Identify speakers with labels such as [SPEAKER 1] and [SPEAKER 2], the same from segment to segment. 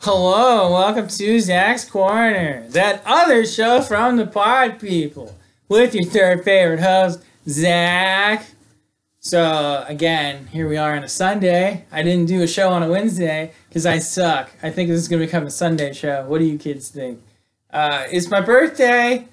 [SPEAKER 1] Hello, and welcome to Zach's Corner, that other show from the Pod People, with your third favorite host, Zach. So, again, here we are on a Sunday. I didn't do a show on a Wednesday because I suck. I think this is going to become a Sunday show. What do you kids think? Uh, it's my birthday.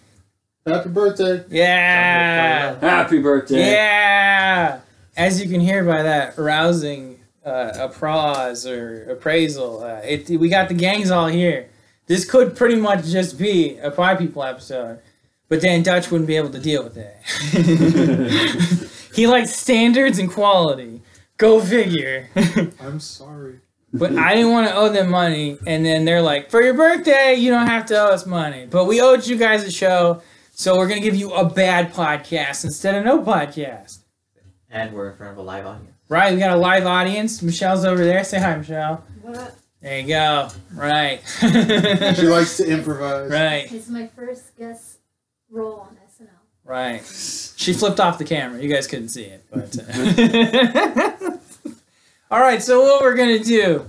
[SPEAKER 2] Happy birthday.
[SPEAKER 1] Yeah.
[SPEAKER 3] Happy birthday.
[SPEAKER 1] Yeah. As you can hear by that rousing uh, applause or appraisal, uh, it, we got the gangs all here. This could pretty much just be a Pie People episode, but Dan Dutch wouldn't be able to deal with that. he likes standards and quality. Go figure.
[SPEAKER 2] I'm sorry.
[SPEAKER 1] But I didn't want to owe them money, and then they're like, "For your birthday, you don't have to owe us money, but we owed you guys a show, so we're gonna give you a bad podcast instead of no podcast."
[SPEAKER 4] And we're in front of a live audience.
[SPEAKER 1] Right? We got a live audience. Michelle's over there. Say hi, Michelle.
[SPEAKER 5] What?
[SPEAKER 1] There you go. Right.
[SPEAKER 2] She likes to improvise.
[SPEAKER 1] right.
[SPEAKER 5] It's my first guest role on SNL.
[SPEAKER 1] Right. She flipped off the camera. You guys couldn't see it, but. uh, All right. So what we're gonna do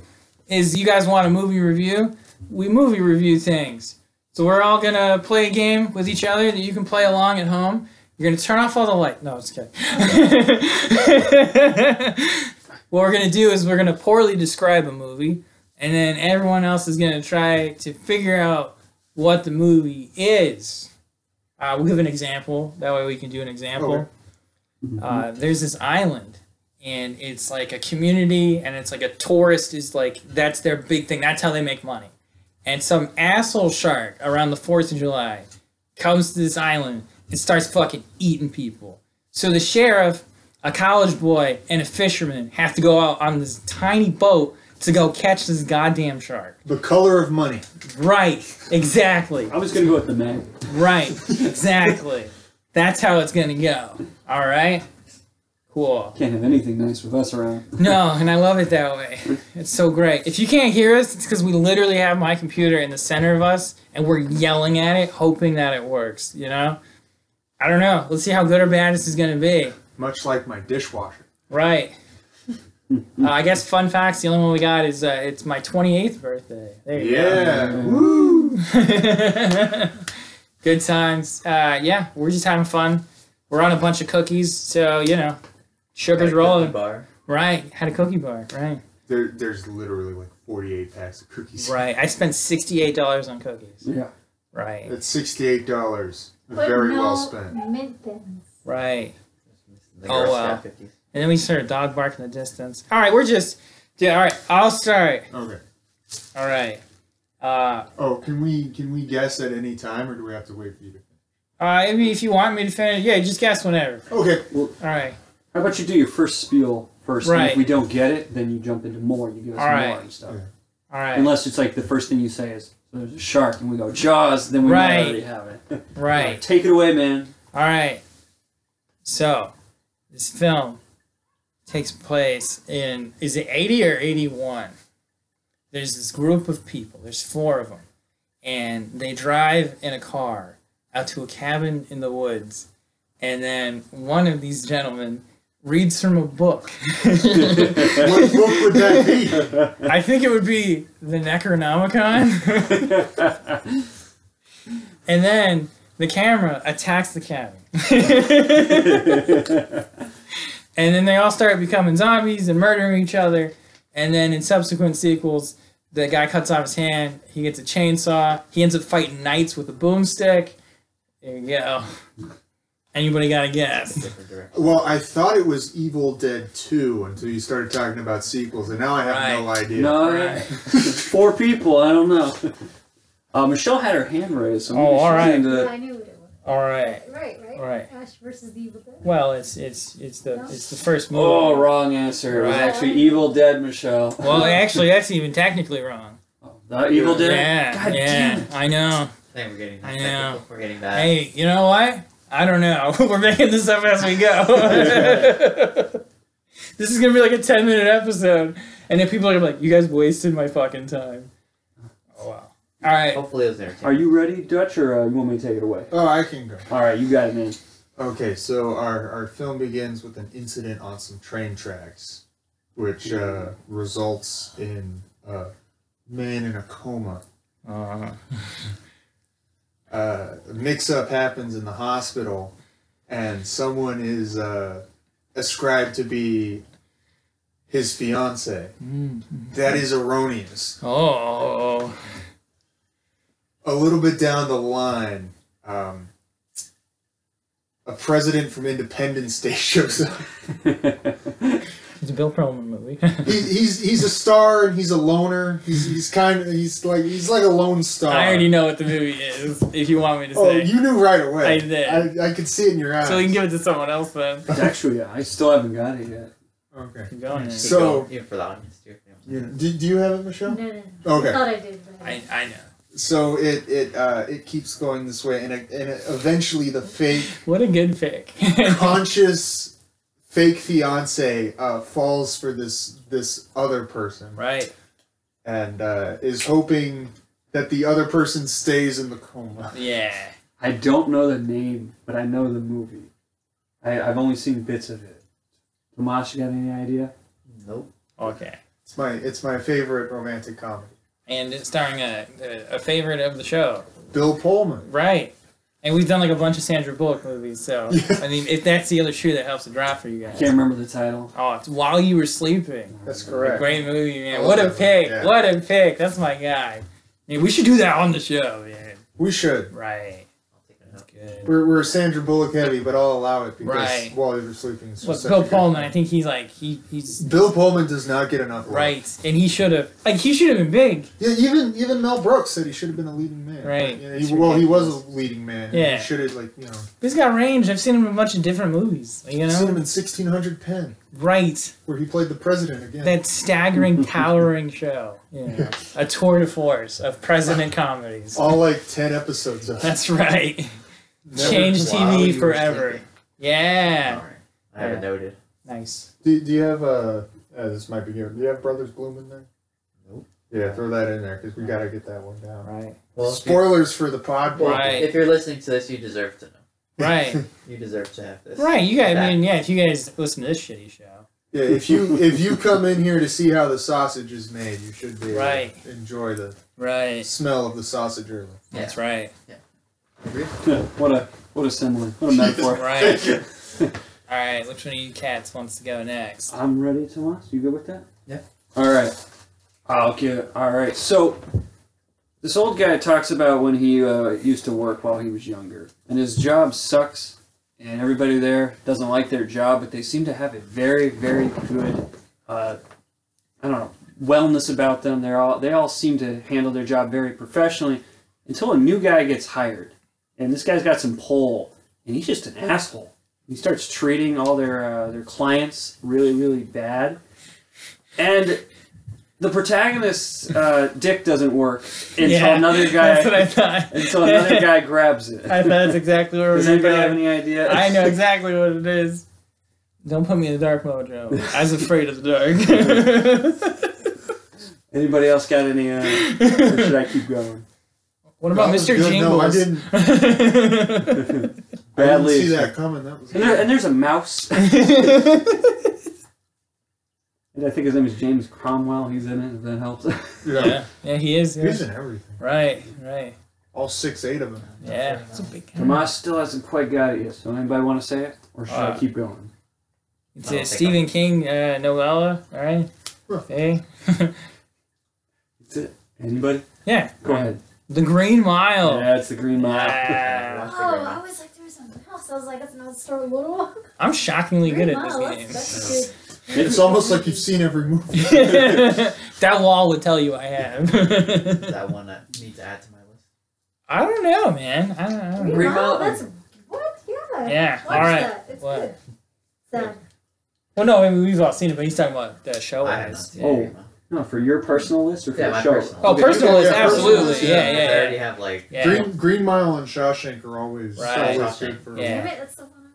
[SPEAKER 1] is, you guys want a movie review? We movie review things. So we're all gonna play a game with each other that you can play along at home. You're gonna turn off all the light. No, it's okay. what we're gonna do is we're gonna poorly describe a movie, and then everyone else is gonna try to figure out what the movie is. Uh, we'll give an example. That way we can do an example. Uh, there's this island, and it's like a community, and it's like a tourist is like, that's their big thing. That's how they make money. And some asshole shark around the 4th of July comes to this island and starts fucking eating people. So the sheriff, a college boy, and a fisherman have to go out on this tiny boat to go catch this goddamn shark.
[SPEAKER 2] The color of money.
[SPEAKER 1] Right, exactly.
[SPEAKER 3] I was gonna go with the man.
[SPEAKER 1] Right, exactly. That's how it's gonna go. All right. Cool.
[SPEAKER 3] Can't have anything nice with us around.
[SPEAKER 1] No, and I love it that way. It's so great. If you can't hear us, it's because we literally have my computer in the center of us and we're yelling at it, hoping that it works. You know. I don't know. Let's see how good or bad this is gonna be.
[SPEAKER 2] Much like my dishwasher.
[SPEAKER 1] Right. Uh, I guess fun facts. The only one we got is uh, it's my 28th birthday. There you go.
[SPEAKER 2] Yeah. Woo.
[SPEAKER 1] Good times. Uh, yeah, we're just having fun. We're on a bunch of cookies, so you know, sugar's
[SPEAKER 4] Like, at the
[SPEAKER 1] rolling.
[SPEAKER 4] Bar.
[SPEAKER 1] Right, had a cookie bar. Right,
[SPEAKER 2] There, there's literally like 48 packs of cookies.
[SPEAKER 1] right. I spent sixty-eight dollars on cookies.
[SPEAKER 3] Yeah.
[SPEAKER 1] Right,
[SPEAKER 2] That's $68.
[SPEAKER 5] But
[SPEAKER 2] Very
[SPEAKER 5] no
[SPEAKER 2] well spent.
[SPEAKER 5] Mint thins.
[SPEAKER 1] right.
[SPEAKER 4] The
[SPEAKER 1] Oh,
[SPEAKER 4] Girl
[SPEAKER 1] wow.
[SPEAKER 4] Scout 50s.
[SPEAKER 1] And then we just heard a dog bark in the distance. All right, we're just. Yeah, all right. I'll start.
[SPEAKER 2] Okay.
[SPEAKER 1] All right. Uh,
[SPEAKER 2] Oh, can we can we guess at any time, or do we have to wait for you to?
[SPEAKER 1] uh, I mean, if you want me to finish, yeah, just guess whenever.
[SPEAKER 2] Okay.
[SPEAKER 1] All right.
[SPEAKER 3] How about you do your first spiel first? And
[SPEAKER 1] Right.
[SPEAKER 3] if we don't get it, then you jump into more. You give us
[SPEAKER 1] All
[SPEAKER 3] more
[SPEAKER 1] right.
[SPEAKER 3] and stuff.
[SPEAKER 2] Yeah.
[SPEAKER 1] All right.
[SPEAKER 3] Unless it's like the first thing you say is "There's a shark," and we go "Jaws," then we might
[SPEAKER 1] Right.
[SPEAKER 3] already have it.
[SPEAKER 1] right.
[SPEAKER 3] Take it away, man.
[SPEAKER 1] All right. So, this film takes place in is it 80 or 81? There's this group of people. There's four of them. And they drive in a car out to a cabin in the woods. And then one of these gentlemen reads from a book.
[SPEAKER 2] What book would that be?
[SPEAKER 1] I think it would be the Necronomicon. and then the camera attacks the cabin. and then they all start becoming zombies and murdering each other. And then in subsequent sequels, the guy cuts off his hand. He gets a chainsaw. He ends up fighting knights with a boomstick. There you go. Anybody got a guess?
[SPEAKER 4] Different direction.
[SPEAKER 2] Well, I thought it was Evil Dead 2 until you started talking about sequels, and now I have no
[SPEAKER 1] Right.
[SPEAKER 2] idea.
[SPEAKER 3] No,
[SPEAKER 1] Right.
[SPEAKER 3] four people. I don't know. Uh, Michelle had her hand raised, so maybe
[SPEAKER 1] Oh,
[SPEAKER 3] she's
[SPEAKER 1] all right.
[SPEAKER 3] into
[SPEAKER 5] Yeah,
[SPEAKER 3] that.
[SPEAKER 5] I knew what it was.
[SPEAKER 1] All right.
[SPEAKER 5] Right, right?
[SPEAKER 1] Right.
[SPEAKER 5] Ash versus the Evil Dead.
[SPEAKER 1] Well, it's it's it's the it's the first movie.
[SPEAKER 3] Oh, wrong answer. It was
[SPEAKER 1] Right.
[SPEAKER 3] actually Evil Dead, Michelle.
[SPEAKER 1] Well, actually, that's even technically wrong.
[SPEAKER 3] Not Evil Dead.
[SPEAKER 1] Yeah,
[SPEAKER 3] God
[SPEAKER 1] yeah,
[SPEAKER 3] damn it.
[SPEAKER 1] I know.
[SPEAKER 4] I think we're getting
[SPEAKER 1] I know.
[SPEAKER 4] technical. We're getting that.
[SPEAKER 1] Hey, you know what? I don't know. We're making this up as we go. this is gonna be like a ten minute episode, and then people are gonna be like, "You guys wasted my fucking time." Oh wow. All right.
[SPEAKER 4] Hopefully it was entertaining.
[SPEAKER 3] Are you ready, Dutch, or uh, you want me to take it away?
[SPEAKER 2] Oh, I can go.
[SPEAKER 3] All right, you got it, man.
[SPEAKER 2] Okay, so our, our film begins with an incident on some train tracks, which uh, results in uh, man in a coma.
[SPEAKER 1] Uh,
[SPEAKER 2] uh, a mix-up happens in the hospital, and someone is uh, ascribed to be his fiance. That is erroneous.
[SPEAKER 1] oh,
[SPEAKER 2] A little bit down the line, um, a president from Independence Day shows up.
[SPEAKER 1] it's a Bill Perlman movie.
[SPEAKER 2] He's he's, he's a star and he's a loner. He's he's kind of he's like he's like a lone star.
[SPEAKER 1] I already know what the movie is. If you want me to
[SPEAKER 2] Oh,
[SPEAKER 1] say,
[SPEAKER 2] you knew right away.
[SPEAKER 1] I did.
[SPEAKER 2] I, I could see it in your eyes.
[SPEAKER 1] so we can give it to someone else then.
[SPEAKER 3] Actually, uh, I still haven't got it yet.
[SPEAKER 2] okay.
[SPEAKER 1] Keep going.
[SPEAKER 4] Keep
[SPEAKER 2] So-
[SPEAKER 4] going, even for the audience too. if they want.
[SPEAKER 2] You, do, do you have it, Michelle?
[SPEAKER 5] No, no, no. I
[SPEAKER 2] Okay.
[SPEAKER 5] thought I did. But
[SPEAKER 1] I I know.
[SPEAKER 2] so it it uh, it keeps going this way, and it, and it, eventually the fake
[SPEAKER 1] What a good pick.
[SPEAKER 2] conscious fake fiance uh, falls for this this other person,
[SPEAKER 1] right.
[SPEAKER 2] and uh, is hoping that the other person stays in the coma.
[SPEAKER 1] Yeah.
[SPEAKER 3] I don't know the name, but I know the movie. I, I've only seen bits of it. Tomas, you got any idea?
[SPEAKER 1] Mm.
[SPEAKER 4] Nope.
[SPEAKER 1] Okay.
[SPEAKER 2] It's my it's my favorite romantic comedy.
[SPEAKER 1] And it's starring a a, a favorite of the show.
[SPEAKER 2] Bill Pullman.
[SPEAKER 1] Right. And we've done like a bunch of Sandra Bullock movies, so
[SPEAKER 2] Yeah.
[SPEAKER 1] I mean, if that's the other shoe that helps to drop for you
[SPEAKER 3] I
[SPEAKER 1] guys.
[SPEAKER 3] can't remember the title.
[SPEAKER 1] Oh, it's While You Were Sleeping.
[SPEAKER 2] That's correct.
[SPEAKER 1] Great movie, man.
[SPEAKER 2] I
[SPEAKER 1] What a
[SPEAKER 2] love that
[SPEAKER 1] pick.
[SPEAKER 2] movie, yeah.
[SPEAKER 1] What a pick. That's my guy. Man, we should do that on the show, man.
[SPEAKER 2] We should.
[SPEAKER 1] Right.
[SPEAKER 4] I'll take it out.
[SPEAKER 1] Good.
[SPEAKER 2] We're, we're Sandra Bullock heavy, but I'll allow it because
[SPEAKER 1] Right.
[SPEAKER 2] while you were sleeping. is
[SPEAKER 1] But
[SPEAKER 2] such
[SPEAKER 1] Bill
[SPEAKER 2] a good-
[SPEAKER 1] Pullman, I think he's like he he's
[SPEAKER 2] Bill Pullman does not get enough. love.
[SPEAKER 1] right. And he should have like he should have been big.
[SPEAKER 2] Yeah, even even Mel Brooks said he should have been a leading man.
[SPEAKER 1] Right.
[SPEAKER 2] Yeah,
[SPEAKER 1] It's
[SPEAKER 2] he, well, he was a leading man.
[SPEAKER 1] Yeah.
[SPEAKER 2] He should have like you know
[SPEAKER 1] He's got range. I've seen him in a bunch of different movies. You
[SPEAKER 2] seen him
[SPEAKER 1] know?
[SPEAKER 2] in 1600 Pen,
[SPEAKER 1] Right.
[SPEAKER 2] where he played the president again.
[SPEAKER 1] That staggering, towering show. Yeah. A tour de force of president comedies.
[SPEAKER 2] All like 10 episodes of.
[SPEAKER 1] That's right.
[SPEAKER 2] Never-
[SPEAKER 1] Change
[SPEAKER 2] Wow, you
[SPEAKER 1] TV
[SPEAKER 2] were
[SPEAKER 1] forever.
[SPEAKER 2] sleeping.
[SPEAKER 1] Yeah.
[SPEAKER 4] Alright. I have
[SPEAKER 1] Yeah.
[SPEAKER 4] it noted.
[SPEAKER 1] Nice.
[SPEAKER 2] Do, do you have uh, uh this might be good. Do you have Brothers Bloom in there?
[SPEAKER 4] Nope.
[SPEAKER 2] Yeah, throw that in there because we gotta get that one down.
[SPEAKER 1] Right.
[SPEAKER 4] Well, if you're,
[SPEAKER 2] Spoilers for the pod.
[SPEAKER 4] well,
[SPEAKER 1] Right.
[SPEAKER 4] if you're listening to this, you deserve to know.
[SPEAKER 1] Right.
[SPEAKER 4] You deserve to have this.
[SPEAKER 1] right. You guys, I
[SPEAKER 4] That.
[SPEAKER 1] mean, yeah, if you guys listen to this shitty show.
[SPEAKER 2] yeah, if you if you come in here to see how the sausage is made, you should be able to
[SPEAKER 1] Right.
[SPEAKER 2] enjoy the
[SPEAKER 1] Right.
[SPEAKER 2] smell of the sausage early.
[SPEAKER 4] Yeah.
[SPEAKER 1] That's right.
[SPEAKER 4] Agree?
[SPEAKER 3] what a what a simile. What a metaphor.
[SPEAKER 1] Right. All right. Which one of you cats wants to go next?
[SPEAKER 3] I'm ready, Tomas. You good with that?
[SPEAKER 4] Yeah.
[SPEAKER 3] All right. I'll get. All right. So, this old guy talks about when he uh, used to work while he was younger, and his job sucks, and everybody there doesn't like their job, but they seem to have a very, very good, uh, I don't know, wellness about them. They're all they all seem to handle their job very professionally, until a new guy gets hired, and this guy's got some pull, and he's just an asshole. He starts treating all their uh, their clients really, really bad, and the protagonist's uh, dick doesn't work until
[SPEAKER 1] Yeah,
[SPEAKER 3] another guy
[SPEAKER 1] That's what I thought.
[SPEAKER 3] until another guy grabs it.
[SPEAKER 1] I thought that's exactly where
[SPEAKER 3] Does
[SPEAKER 1] we're
[SPEAKER 3] anybody
[SPEAKER 1] going.
[SPEAKER 3] have any idea?
[SPEAKER 1] I know exactly what it is. Don't put me in the dark mode, Joe. I was afraid of the
[SPEAKER 3] Anybody else got any? Uh, or should
[SPEAKER 1] dark.
[SPEAKER 3] I keep going?
[SPEAKER 1] what about
[SPEAKER 2] That was
[SPEAKER 1] Mr.
[SPEAKER 2] good. No, I
[SPEAKER 1] Jingles?
[SPEAKER 2] didn't. I didn't
[SPEAKER 3] Badly.
[SPEAKER 2] see that
[SPEAKER 3] expected.
[SPEAKER 2] coming. That was
[SPEAKER 3] And, there, and there's a mouse. and I think his name is James Cromwell. He's in it. If that helps.
[SPEAKER 1] yeah, yeah, he is.
[SPEAKER 2] He's
[SPEAKER 1] Yeah.
[SPEAKER 2] in everything.
[SPEAKER 1] Right, right.
[SPEAKER 2] All six, eight of them.
[SPEAKER 1] Yeah, it's a big guy.
[SPEAKER 3] Tomas still hasn't quite got it yet. So anybody want to say it, or should I
[SPEAKER 1] Uh,
[SPEAKER 3] keep going?
[SPEAKER 1] It's uh, Stephen King uh, novella, all right?
[SPEAKER 2] Huh.
[SPEAKER 1] Hey.
[SPEAKER 3] That's it. Anybody?
[SPEAKER 1] yeah.
[SPEAKER 3] Go ahead.
[SPEAKER 1] The Green Mile.
[SPEAKER 3] Yeah, it's the Green Mile.
[SPEAKER 1] Ah,
[SPEAKER 5] Oh, I was like, there was something else. I was like, that's an old story. Little.
[SPEAKER 1] I'm shockingly good at
[SPEAKER 5] Wow, that's-
[SPEAKER 1] this
[SPEAKER 5] that's good.
[SPEAKER 2] It's almost like you've seen every movie.
[SPEAKER 1] game. that wall would tell you I have.
[SPEAKER 4] That one I need to add to my list.
[SPEAKER 1] I don't know, man. I don't, I don't know.
[SPEAKER 3] Green
[SPEAKER 5] Wow,
[SPEAKER 3] Mountain.
[SPEAKER 5] That's what? Yeah.
[SPEAKER 1] Yeah,
[SPEAKER 5] Watch
[SPEAKER 1] all right.
[SPEAKER 5] That. It's
[SPEAKER 1] What?
[SPEAKER 5] good. Sad.
[SPEAKER 1] Well, no, I mean, we've all seen it, but he's talking about the show.
[SPEAKER 4] I have not
[SPEAKER 1] ads.
[SPEAKER 4] seen
[SPEAKER 3] Oh.
[SPEAKER 4] Green Mile.
[SPEAKER 3] No, for your personal list or for
[SPEAKER 4] Yeah,
[SPEAKER 3] the
[SPEAKER 4] my
[SPEAKER 3] show?
[SPEAKER 4] personal.
[SPEAKER 1] Oh,
[SPEAKER 2] Okay,
[SPEAKER 1] personal
[SPEAKER 2] yeah,
[SPEAKER 1] is
[SPEAKER 2] yeah, personal
[SPEAKER 1] absolutely.
[SPEAKER 2] is,
[SPEAKER 1] yeah,
[SPEAKER 4] I
[SPEAKER 1] yeah,
[SPEAKER 4] already
[SPEAKER 1] yeah.
[SPEAKER 4] have like
[SPEAKER 1] Yeah.
[SPEAKER 2] Green, Green Mile and Shawshank are always,
[SPEAKER 1] Right.
[SPEAKER 2] always good for
[SPEAKER 1] Yeah.
[SPEAKER 5] Damn it, that's the one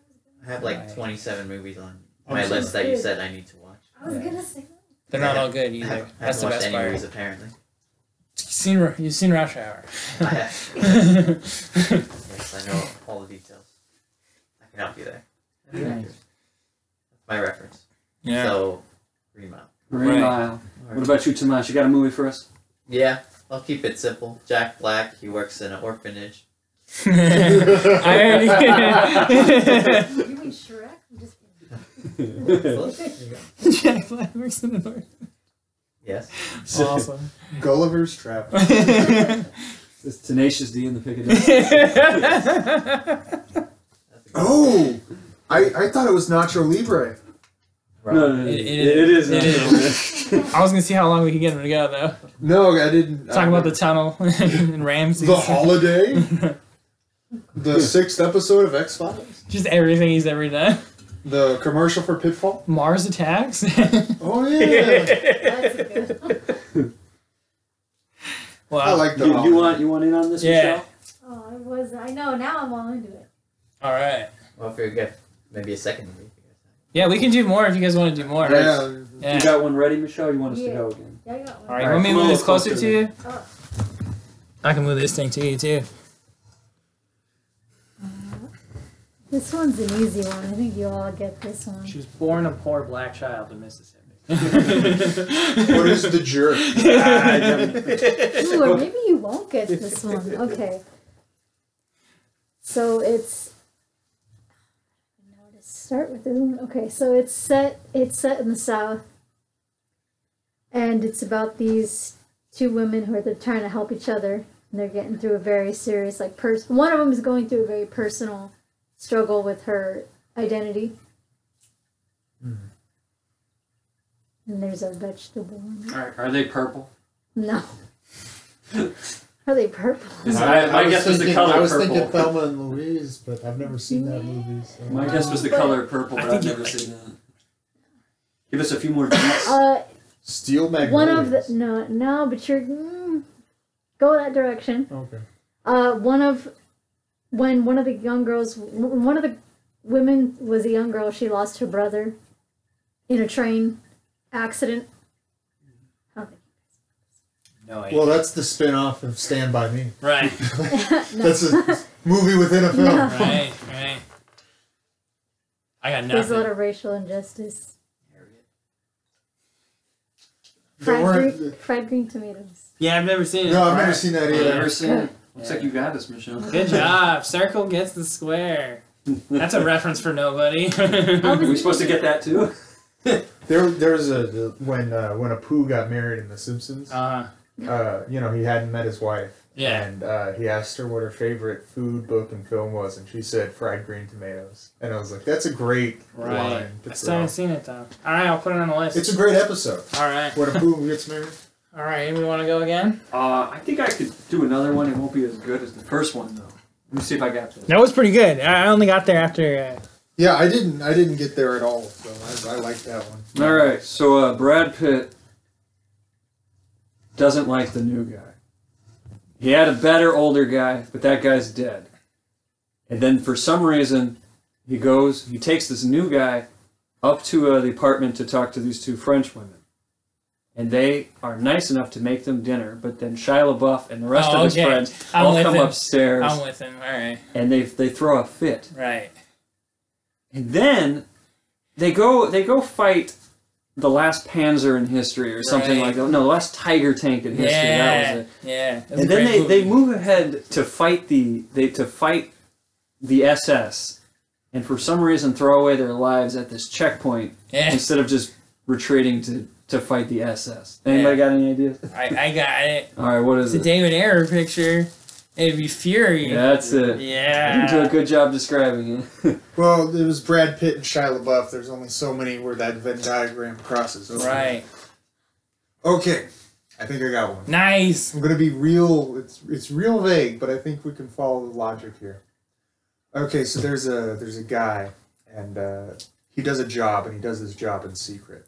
[SPEAKER 4] I have like
[SPEAKER 1] Right.
[SPEAKER 4] 27 movies on
[SPEAKER 2] I'm
[SPEAKER 4] my
[SPEAKER 2] sorry.
[SPEAKER 4] list that you said I need to watch.
[SPEAKER 5] I was
[SPEAKER 1] Yeah.
[SPEAKER 5] gonna say.
[SPEAKER 1] They're not
[SPEAKER 4] I
[SPEAKER 1] all good
[SPEAKER 4] I
[SPEAKER 1] either.
[SPEAKER 4] haven't, I
[SPEAKER 1] That's
[SPEAKER 4] haven't
[SPEAKER 1] the
[SPEAKER 4] watched
[SPEAKER 1] best
[SPEAKER 4] any
[SPEAKER 1] part.
[SPEAKER 4] movies apparently.
[SPEAKER 1] You've seen, you've seen Rush Hour.
[SPEAKER 4] I have.
[SPEAKER 1] All
[SPEAKER 4] Yes, I know all the details. I can help you there.
[SPEAKER 1] Nice.
[SPEAKER 4] That's My reference.
[SPEAKER 1] Yeah.
[SPEAKER 4] So, Green Mile.
[SPEAKER 3] Green
[SPEAKER 1] Right.
[SPEAKER 3] Mile. What about you, Tomas? You got a movie for us?
[SPEAKER 4] Yeah, I'll keep it simple. Jack Black, he works in an orphanage.
[SPEAKER 1] I already.
[SPEAKER 5] You mean Shrek? I'm just kidding.
[SPEAKER 1] Jack Black works in the north.
[SPEAKER 4] yes.
[SPEAKER 1] Awesome.
[SPEAKER 2] Gulliver's Travel.
[SPEAKER 3] It's Tenacious D in the Piccadilly.
[SPEAKER 1] That's
[SPEAKER 4] That's a good
[SPEAKER 2] Oh, I, I thought it was Nacho Libre.
[SPEAKER 4] one.
[SPEAKER 3] no, no, no,
[SPEAKER 1] It- it
[SPEAKER 3] it
[SPEAKER 1] is.
[SPEAKER 3] is.
[SPEAKER 1] It
[SPEAKER 3] is.
[SPEAKER 1] I was gonna see how long we could get him to go though.
[SPEAKER 2] No, I didn't. uh,
[SPEAKER 1] Talking about the tunnel and Ramsey.
[SPEAKER 2] the holiday, the sixth episode of X Files,
[SPEAKER 1] Just everything he's ever done.
[SPEAKER 2] the commercial for Pitfall.
[SPEAKER 1] Mars attacks.
[SPEAKER 2] Oh yeah,
[SPEAKER 5] That's a good one.
[SPEAKER 1] wow.
[SPEAKER 2] I like the.
[SPEAKER 3] you,
[SPEAKER 2] holiday.
[SPEAKER 3] you want you want in on this,
[SPEAKER 1] Yeah.
[SPEAKER 3] Michelle?
[SPEAKER 5] Oh, I was. I know. Now I'm all into it.
[SPEAKER 1] All right.
[SPEAKER 4] Well, if you're good, maybe a second movie.
[SPEAKER 1] Yeah, we can do more if you guys want to do more.
[SPEAKER 2] Yeah,
[SPEAKER 1] Yeah.
[SPEAKER 3] You got one ready, Michelle? Or you want us to
[SPEAKER 5] Yeah.
[SPEAKER 3] go again?
[SPEAKER 5] Yeah, I got one.
[SPEAKER 1] All right.
[SPEAKER 3] All right,
[SPEAKER 1] Let me
[SPEAKER 3] come a
[SPEAKER 1] move
[SPEAKER 3] little
[SPEAKER 1] this closer
[SPEAKER 3] closer
[SPEAKER 1] to you.
[SPEAKER 5] Oh.
[SPEAKER 1] I can move this thing to you too.
[SPEAKER 5] This one's an easy one. I think you all get this one.
[SPEAKER 1] was born a poor black child in Mississippi.
[SPEAKER 2] what is the jerk?
[SPEAKER 5] Ooh, or maybe you won't get this one. Okay. So it's. I don't know where to Start with this one. Okay, so it's set. It's set in the South, and it's about these two women who are they're trying to help each other, and they're getting through a very serious like person. One of them is going through a very personal struggle with her identity. And there's a vegetable. in it.
[SPEAKER 3] All right. Are they purple?
[SPEAKER 5] No. Are they purple?
[SPEAKER 3] Is- I- my guess was the color
[SPEAKER 6] I was
[SPEAKER 3] purple.
[SPEAKER 6] thinking Thelma and Louise, but I've never seen that movie. So.
[SPEAKER 3] My guess was the
[SPEAKER 5] But-
[SPEAKER 3] color purple, but
[SPEAKER 1] think
[SPEAKER 3] I've
[SPEAKER 1] you
[SPEAKER 3] never
[SPEAKER 1] like
[SPEAKER 3] seen that. Give us a few more hints.
[SPEAKER 5] Uh,
[SPEAKER 2] Steel Magnolias.
[SPEAKER 5] one of the no, no, but you're mm, go that direction.
[SPEAKER 6] Okay.
[SPEAKER 5] Uh, one of when one of the young girls, w- one of the women was a young girl. She lost her brother in a train accident.
[SPEAKER 1] No
[SPEAKER 6] Well, that's the spin off of Stand By Me.
[SPEAKER 1] Right.
[SPEAKER 6] That's a movie within a film.
[SPEAKER 5] No.
[SPEAKER 1] Right. Right. I got
[SPEAKER 5] There's a lot
[SPEAKER 1] nothing.
[SPEAKER 5] of racial injustice.
[SPEAKER 4] Harriet.
[SPEAKER 6] There
[SPEAKER 5] Fried
[SPEAKER 6] weren't-
[SPEAKER 5] green, fried green tomatoes.
[SPEAKER 1] Yeah, I've never seen it.
[SPEAKER 6] No, I've never
[SPEAKER 3] Right.
[SPEAKER 6] seen that
[SPEAKER 3] I've
[SPEAKER 6] either.
[SPEAKER 3] never seen it. Looks like you got us, Michelle.
[SPEAKER 1] Good job. Circle gets the square. That's a reference for nobody. Uh-huh.
[SPEAKER 5] I
[SPEAKER 3] Are
[SPEAKER 5] was
[SPEAKER 3] we supposed to get that too?
[SPEAKER 6] There, there's a the- when uh, when Apu got married in The Simpsons.
[SPEAKER 1] uh,
[SPEAKER 6] Uh, you know, he hadn't met his wife,
[SPEAKER 1] yeah.
[SPEAKER 6] and uh, he asked her what her favorite food, book, and film was, and she said fried green tomatoes. And I was like, that's a great
[SPEAKER 1] Right.
[SPEAKER 6] line.
[SPEAKER 1] I
[SPEAKER 6] to
[SPEAKER 1] still haven't
[SPEAKER 6] throw.
[SPEAKER 1] seen it though. All right, I'll put it on the list.
[SPEAKER 6] It's a great episode.
[SPEAKER 1] All right.
[SPEAKER 6] When Apu gets married.
[SPEAKER 1] All right. Anybody want to go again?
[SPEAKER 3] Uh, I think I could do another one. It won't be as good as the first one though. Let me see if I got this.
[SPEAKER 1] That was pretty good. I I only got there after. Uh,
[SPEAKER 2] Yeah, I didn't. I didn't get there at all. So I, I like that one.
[SPEAKER 3] All right, so uh, Brad Pitt doesn't like the new guy. He had a better older guy, but that guy's dead. And then for some reason, he goes, he takes this new guy up to uh, the apartment to talk to these two French women. And they are nice enough to make them dinner, but then Shia LaBeouf and the rest
[SPEAKER 1] Oh,
[SPEAKER 3] of his
[SPEAKER 1] okay.
[SPEAKER 3] friends
[SPEAKER 1] I'm
[SPEAKER 3] all
[SPEAKER 1] with
[SPEAKER 3] come
[SPEAKER 1] him.
[SPEAKER 3] upstairs
[SPEAKER 1] I'm with him. All right.
[SPEAKER 3] and they they throw a fit.
[SPEAKER 1] Right.
[SPEAKER 3] And then they go they go fight the last Panzer in history or something
[SPEAKER 1] Right.
[SPEAKER 3] like that. No, the last Tiger tank in history. That
[SPEAKER 1] yeah.
[SPEAKER 3] was it.
[SPEAKER 1] Yeah. That was a
[SPEAKER 3] And then
[SPEAKER 1] great
[SPEAKER 3] they,
[SPEAKER 1] movie.
[SPEAKER 3] they move ahead to fight the they to fight the SS, and for some reason throw away their lives at this checkpoint
[SPEAKER 1] Yeah.
[SPEAKER 3] instead of just retreating to to fight the SS. Anybody got any ideas?
[SPEAKER 1] I, I got it.
[SPEAKER 3] All right, what is
[SPEAKER 1] It's a
[SPEAKER 3] it?
[SPEAKER 1] David Ayer picture. It'd be Fury.
[SPEAKER 3] That's it. You do a
[SPEAKER 1] Yeah.
[SPEAKER 3] good job describing it.
[SPEAKER 2] Well, it was Brad Pitt and Shia LaBeouf. There's only so many where that Venn diagram crosses over.
[SPEAKER 1] Right.
[SPEAKER 2] Okay, I think I got one.
[SPEAKER 1] Nice.
[SPEAKER 2] I'm gonna be real. It's it's real vague, but I think we can follow the logic here. Okay, so there's a there's a guy, and uh, he does a job, and he does his job in secret.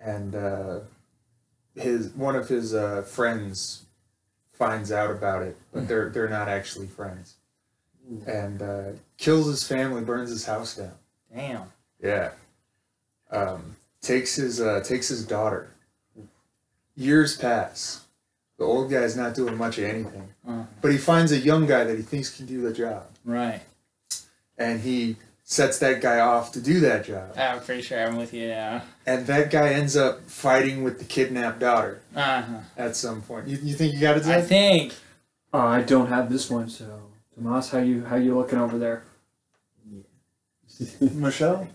[SPEAKER 2] And uh, his one of his uh, friends finds out about it, but they're they're not actually friends, and uh, kills his family, burns his house down.
[SPEAKER 1] Damn.
[SPEAKER 2] Yeah. Um, takes his uh, takes his daughter. Years pass. The old guy's not doing much of anything.
[SPEAKER 1] Uh.
[SPEAKER 2] But he finds a young guy that he thinks can do the job.
[SPEAKER 1] Right.
[SPEAKER 2] And he sets that guy off to do that job.
[SPEAKER 1] I'm pretty sure I'm with you now.
[SPEAKER 2] And that guy ends up fighting with the kidnapped daughter
[SPEAKER 1] Uh-huh.
[SPEAKER 2] at some point. You, you think you got it?
[SPEAKER 1] I
[SPEAKER 2] Zach?
[SPEAKER 1] think
[SPEAKER 3] Uh, I don't have this one, so Tomas, how you how you looking over there?
[SPEAKER 2] Michelle?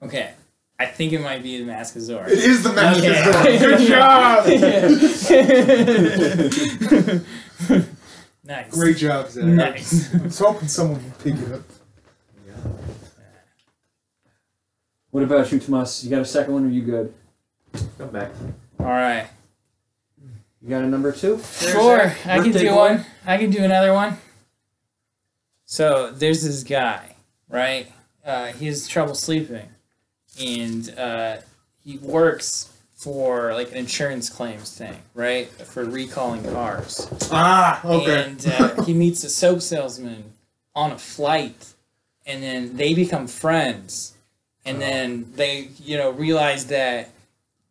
[SPEAKER 1] okay. I think it might be the Mask of Zorro.
[SPEAKER 2] It is the mask
[SPEAKER 1] Okay.
[SPEAKER 2] of Zorro. Good job!
[SPEAKER 1] nice.
[SPEAKER 2] Great job, Zach.
[SPEAKER 1] Nice.
[SPEAKER 2] I was hoping someone would pick it up.
[SPEAKER 3] What about you, Tomas? You got a second one? Or you good?
[SPEAKER 4] Come back.
[SPEAKER 1] All right.
[SPEAKER 3] You got a number two?
[SPEAKER 1] Sure, I can
[SPEAKER 3] Birthday
[SPEAKER 1] do
[SPEAKER 3] boy.
[SPEAKER 1] one. I can do another one. So there's this guy, right? Uh, he has trouble sleeping, and uh, he works for like an insurance claims thing, right? For recalling cars.
[SPEAKER 2] Ah, okay.
[SPEAKER 1] And uh, he meets a soap salesman on a flight, and then they become friends. And then they, you know, realize that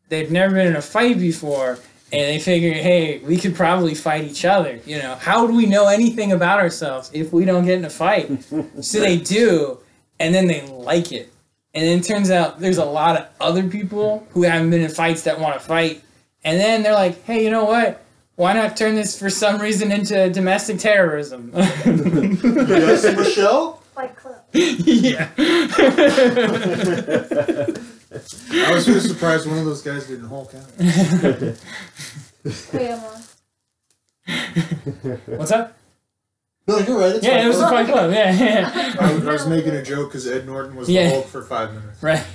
[SPEAKER 1] they've never been in a fight before, and they figure, hey, we could probably fight each other. You know, how do we know anything about ourselves if we don't get in a fight? so they do, and then they like it. And then it turns out there's a lot of other people who haven't been in fights that want to fight. And then they're like, hey, you know what? Why not turn this for some reason into domestic terrorism?
[SPEAKER 2] Yes, Michelle?
[SPEAKER 5] Fight Club.
[SPEAKER 1] yeah.
[SPEAKER 2] I was really surprised one of those guys didn't Hulk out.
[SPEAKER 5] Wait, I'm on.
[SPEAKER 1] What's up?
[SPEAKER 2] No, you're right. That's
[SPEAKER 1] Yeah, it was a
[SPEAKER 2] fine.
[SPEAKER 1] fight club. Yeah, yeah.
[SPEAKER 2] I was, I was making a joke because Ed Norton was
[SPEAKER 1] Yeah.
[SPEAKER 2] the Hulk for five minutes.
[SPEAKER 1] Right.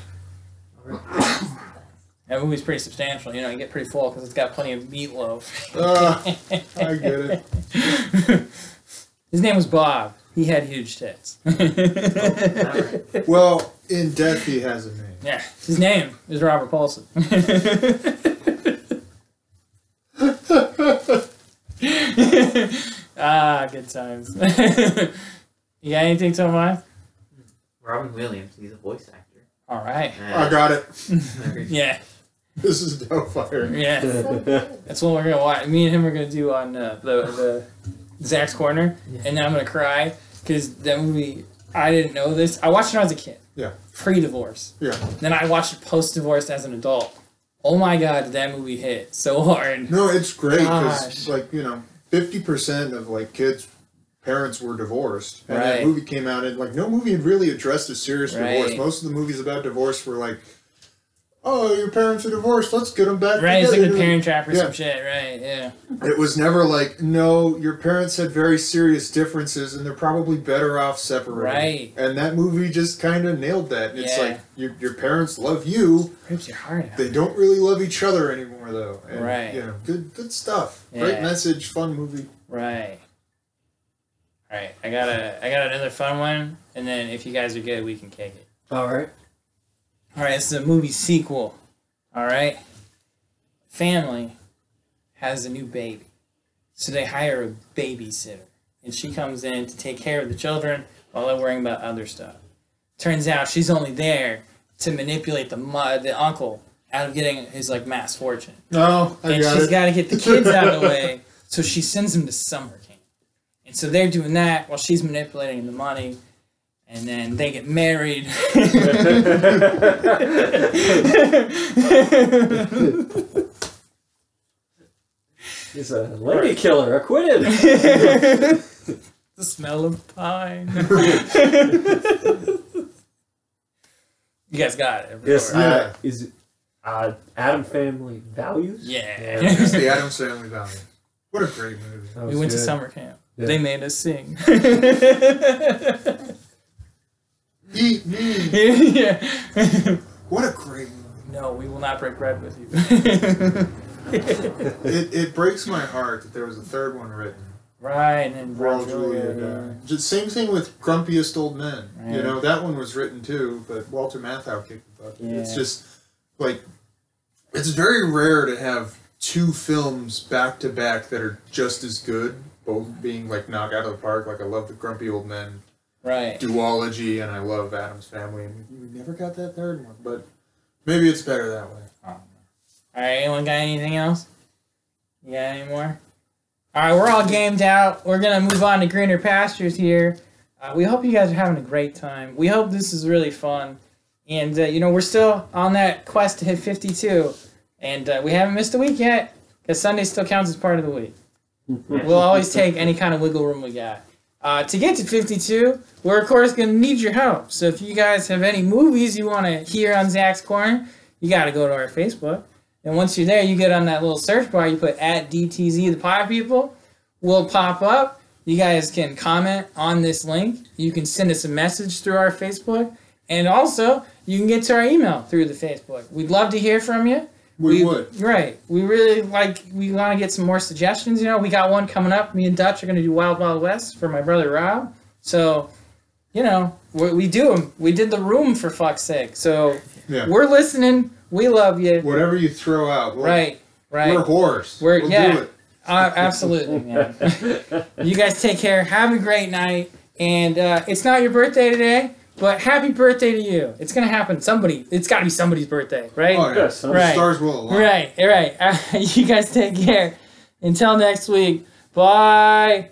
[SPEAKER 1] That movie's pretty substantial. You know, you get pretty full because it's got plenty of meatloaf.
[SPEAKER 2] Ah, I get it.
[SPEAKER 1] His name was Bob. He had huge tits.
[SPEAKER 2] Well, in death, he has a name.
[SPEAKER 1] yeah, his name is Robert Paulson. ah, good times. you got anything to mind?
[SPEAKER 4] Robin Williams, he's a voice actor.
[SPEAKER 1] All right.
[SPEAKER 2] I got it.
[SPEAKER 1] Yeah,
[SPEAKER 2] This is Doubtfire.
[SPEAKER 1] yeah.
[SPEAKER 5] So good.
[SPEAKER 1] That's what we're gonna watch. Me and him are gonna do on uh, the the Zach's corner, and then I'm gonna cry because that movie. I didn't know this. I watched it when I was a kid.
[SPEAKER 2] Yeah.
[SPEAKER 1] Pre-divorce.
[SPEAKER 2] Yeah.
[SPEAKER 1] Then I watched it post-divorce as an adult. Oh my god, did that movie hit so hard.
[SPEAKER 2] No, it's great
[SPEAKER 1] Gosh.
[SPEAKER 2] because, like, you know, 50% of, like, kids' parents were divorced. And
[SPEAKER 1] Right.
[SPEAKER 2] that movie came out, and, like, no movie had really addressed a serious divorce.
[SPEAKER 1] Right.
[SPEAKER 2] Most of the movies about divorce were like, oh, your parents are divorced. Let's get them back
[SPEAKER 1] Right, it's like
[SPEAKER 2] together.
[SPEAKER 1] the Parent Trap or some
[SPEAKER 2] Yeah.
[SPEAKER 1] shit. Right, yeah.
[SPEAKER 2] It was never like, no, your parents had very serious differences and they're probably better off separated.
[SPEAKER 1] Right.
[SPEAKER 2] And that movie just kind of nailed that. It's
[SPEAKER 1] Yeah.
[SPEAKER 2] like, your, your parents love you.
[SPEAKER 1] Rips your heart out.
[SPEAKER 2] They don't really love each other anymore, though. And,
[SPEAKER 1] Right.
[SPEAKER 2] You know, good, good stuff.
[SPEAKER 1] Yeah.
[SPEAKER 2] Great message, fun movie.
[SPEAKER 1] Right. All right, I got a I got another fun one, and then if you guys are good, we can kick it.
[SPEAKER 3] All right.
[SPEAKER 1] All right, it's a movie sequel. All right, family has a new baby, so they hire a babysitter, and she comes in to take care of the children while they're worrying about other stuff. Turns out she's only there to manipulate the mu- the uncle out of getting his like mass fortune,
[SPEAKER 2] No, I
[SPEAKER 1] and
[SPEAKER 2] got
[SPEAKER 1] she's
[SPEAKER 2] it.
[SPEAKER 1] got to get the kids out of the way, so she sends them to summer camp, and so they're doing that while she's manipulating the money, and then they get married.
[SPEAKER 3] He's a lady killer. Acquitted.
[SPEAKER 1] The smell of pine. you guys got it. of
[SPEAKER 3] yes.
[SPEAKER 1] course.
[SPEAKER 2] Yeah.
[SPEAKER 3] Uh, is it, uh, Adam family values?
[SPEAKER 1] Yeah.
[SPEAKER 3] Yeah.
[SPEAKER 2] It's the Adam Family Valley. What a great movie.
[SPEAKER 3] That
[SPEAKER 1] we
[SPEAKER 3] was
[SPEAKER 1] went to
[SPEAKER 3] good.
[SPEAKER 1] summer camp.
[SPEAKER 3] Yeah.
[SPEAKER 1] They made us sing.
[SPEAKER 2] Eat me.
[SPEAKER 1] yeah.
[SPEAKER 2] What a great movie.
[SPEAKER 1] no, we will not break bread with you.
[SPEAKER 2] It, it breaks my heart that there was a third one written.
[SPEAKER 1] Ryan and
[SPEAKER 2] Raul
[SPEAKER 1] Roger.
[SPEAKER 2] Julia died. Just same thing with Grumpiest Old Men.
[SPEAKER 1] Yeah.
[SPEAKER 2] You know, that one was written too, but Walter Matthau kicked the bucket. It's
[SPEAKER 1] Yeah.
[SPEAKER 2] just like it's very rare to have two films back to back that are just as good, both being like knocked out of the park. Like I love the Grumpy Old Men
[SPEAKER 1] Right.
[SPEAKER 2] duology, and I love Adam's Family, and we, we never got that third one. But maybe it's better that way.
[SPEAKER 1] All right, anyone got anything else? You got any more? All right, we're all gamed out. We're gonna move on to greener pastures here. Uh, we hope you guys are having a great time. We hope this is really fun. And, uh, you know, we're still on that quest to hit 52. And uh, we haven't missed a week yet because Sunday still counts as part of the week. We'll always take any kind of wiggle room we got. Uh, to get to 52, we're of course going to need your help. So if you guys have any movies you want to hear on Zach's Corner, you got to go to our Facebook. And once you're there, you get on that little search bar, you put at DTZ the Pie People, will pop up. You guys can comment on this link. You can send us a message through our Facebook. And also, you can get to our email through the Facebook. We'd love to hear from you.
[SPEAKER 2] We, would.
[SPEAKER 1] Right. We really like, we want to get some more suggestions. You know, we got one coming up. Me and Dutch are going to do Wild Wild West for my brother Rob. So, you know, we, we do 'em. We did the room for fuck's sake. So,
[SPEAKER 2] Yeah.
[SPEAKER 1] we're listening. We love you.
[SPEAKER 2] Whatever you throw out, we'll,
[SPEAKER 1] Right. Right.
[SPEAKER 2] We're horse.
[SPEAKER 1] We're-
[SPEAKER 2] we'll
[SPEAKER 1] yeah.
[SPEAKER 2] do it.
[SPEAKER 1] Uh, absolutely, man. you guys take care. Have a great night. And uh, it's not your birthday today, but happy birthday to you. It's gonna happen. Somebody. It's gotta be somebody's birthday, right?
[SPEAKER 2] Oh, yeah.
[SPEAKER 3] Yes,
[SPEAKER 2] The
[SPEAKER 1] right.
[SPEAKER 2] stars will align.
[SPEAKER 1] Right. All right. you guys take care. Until next week. Bye.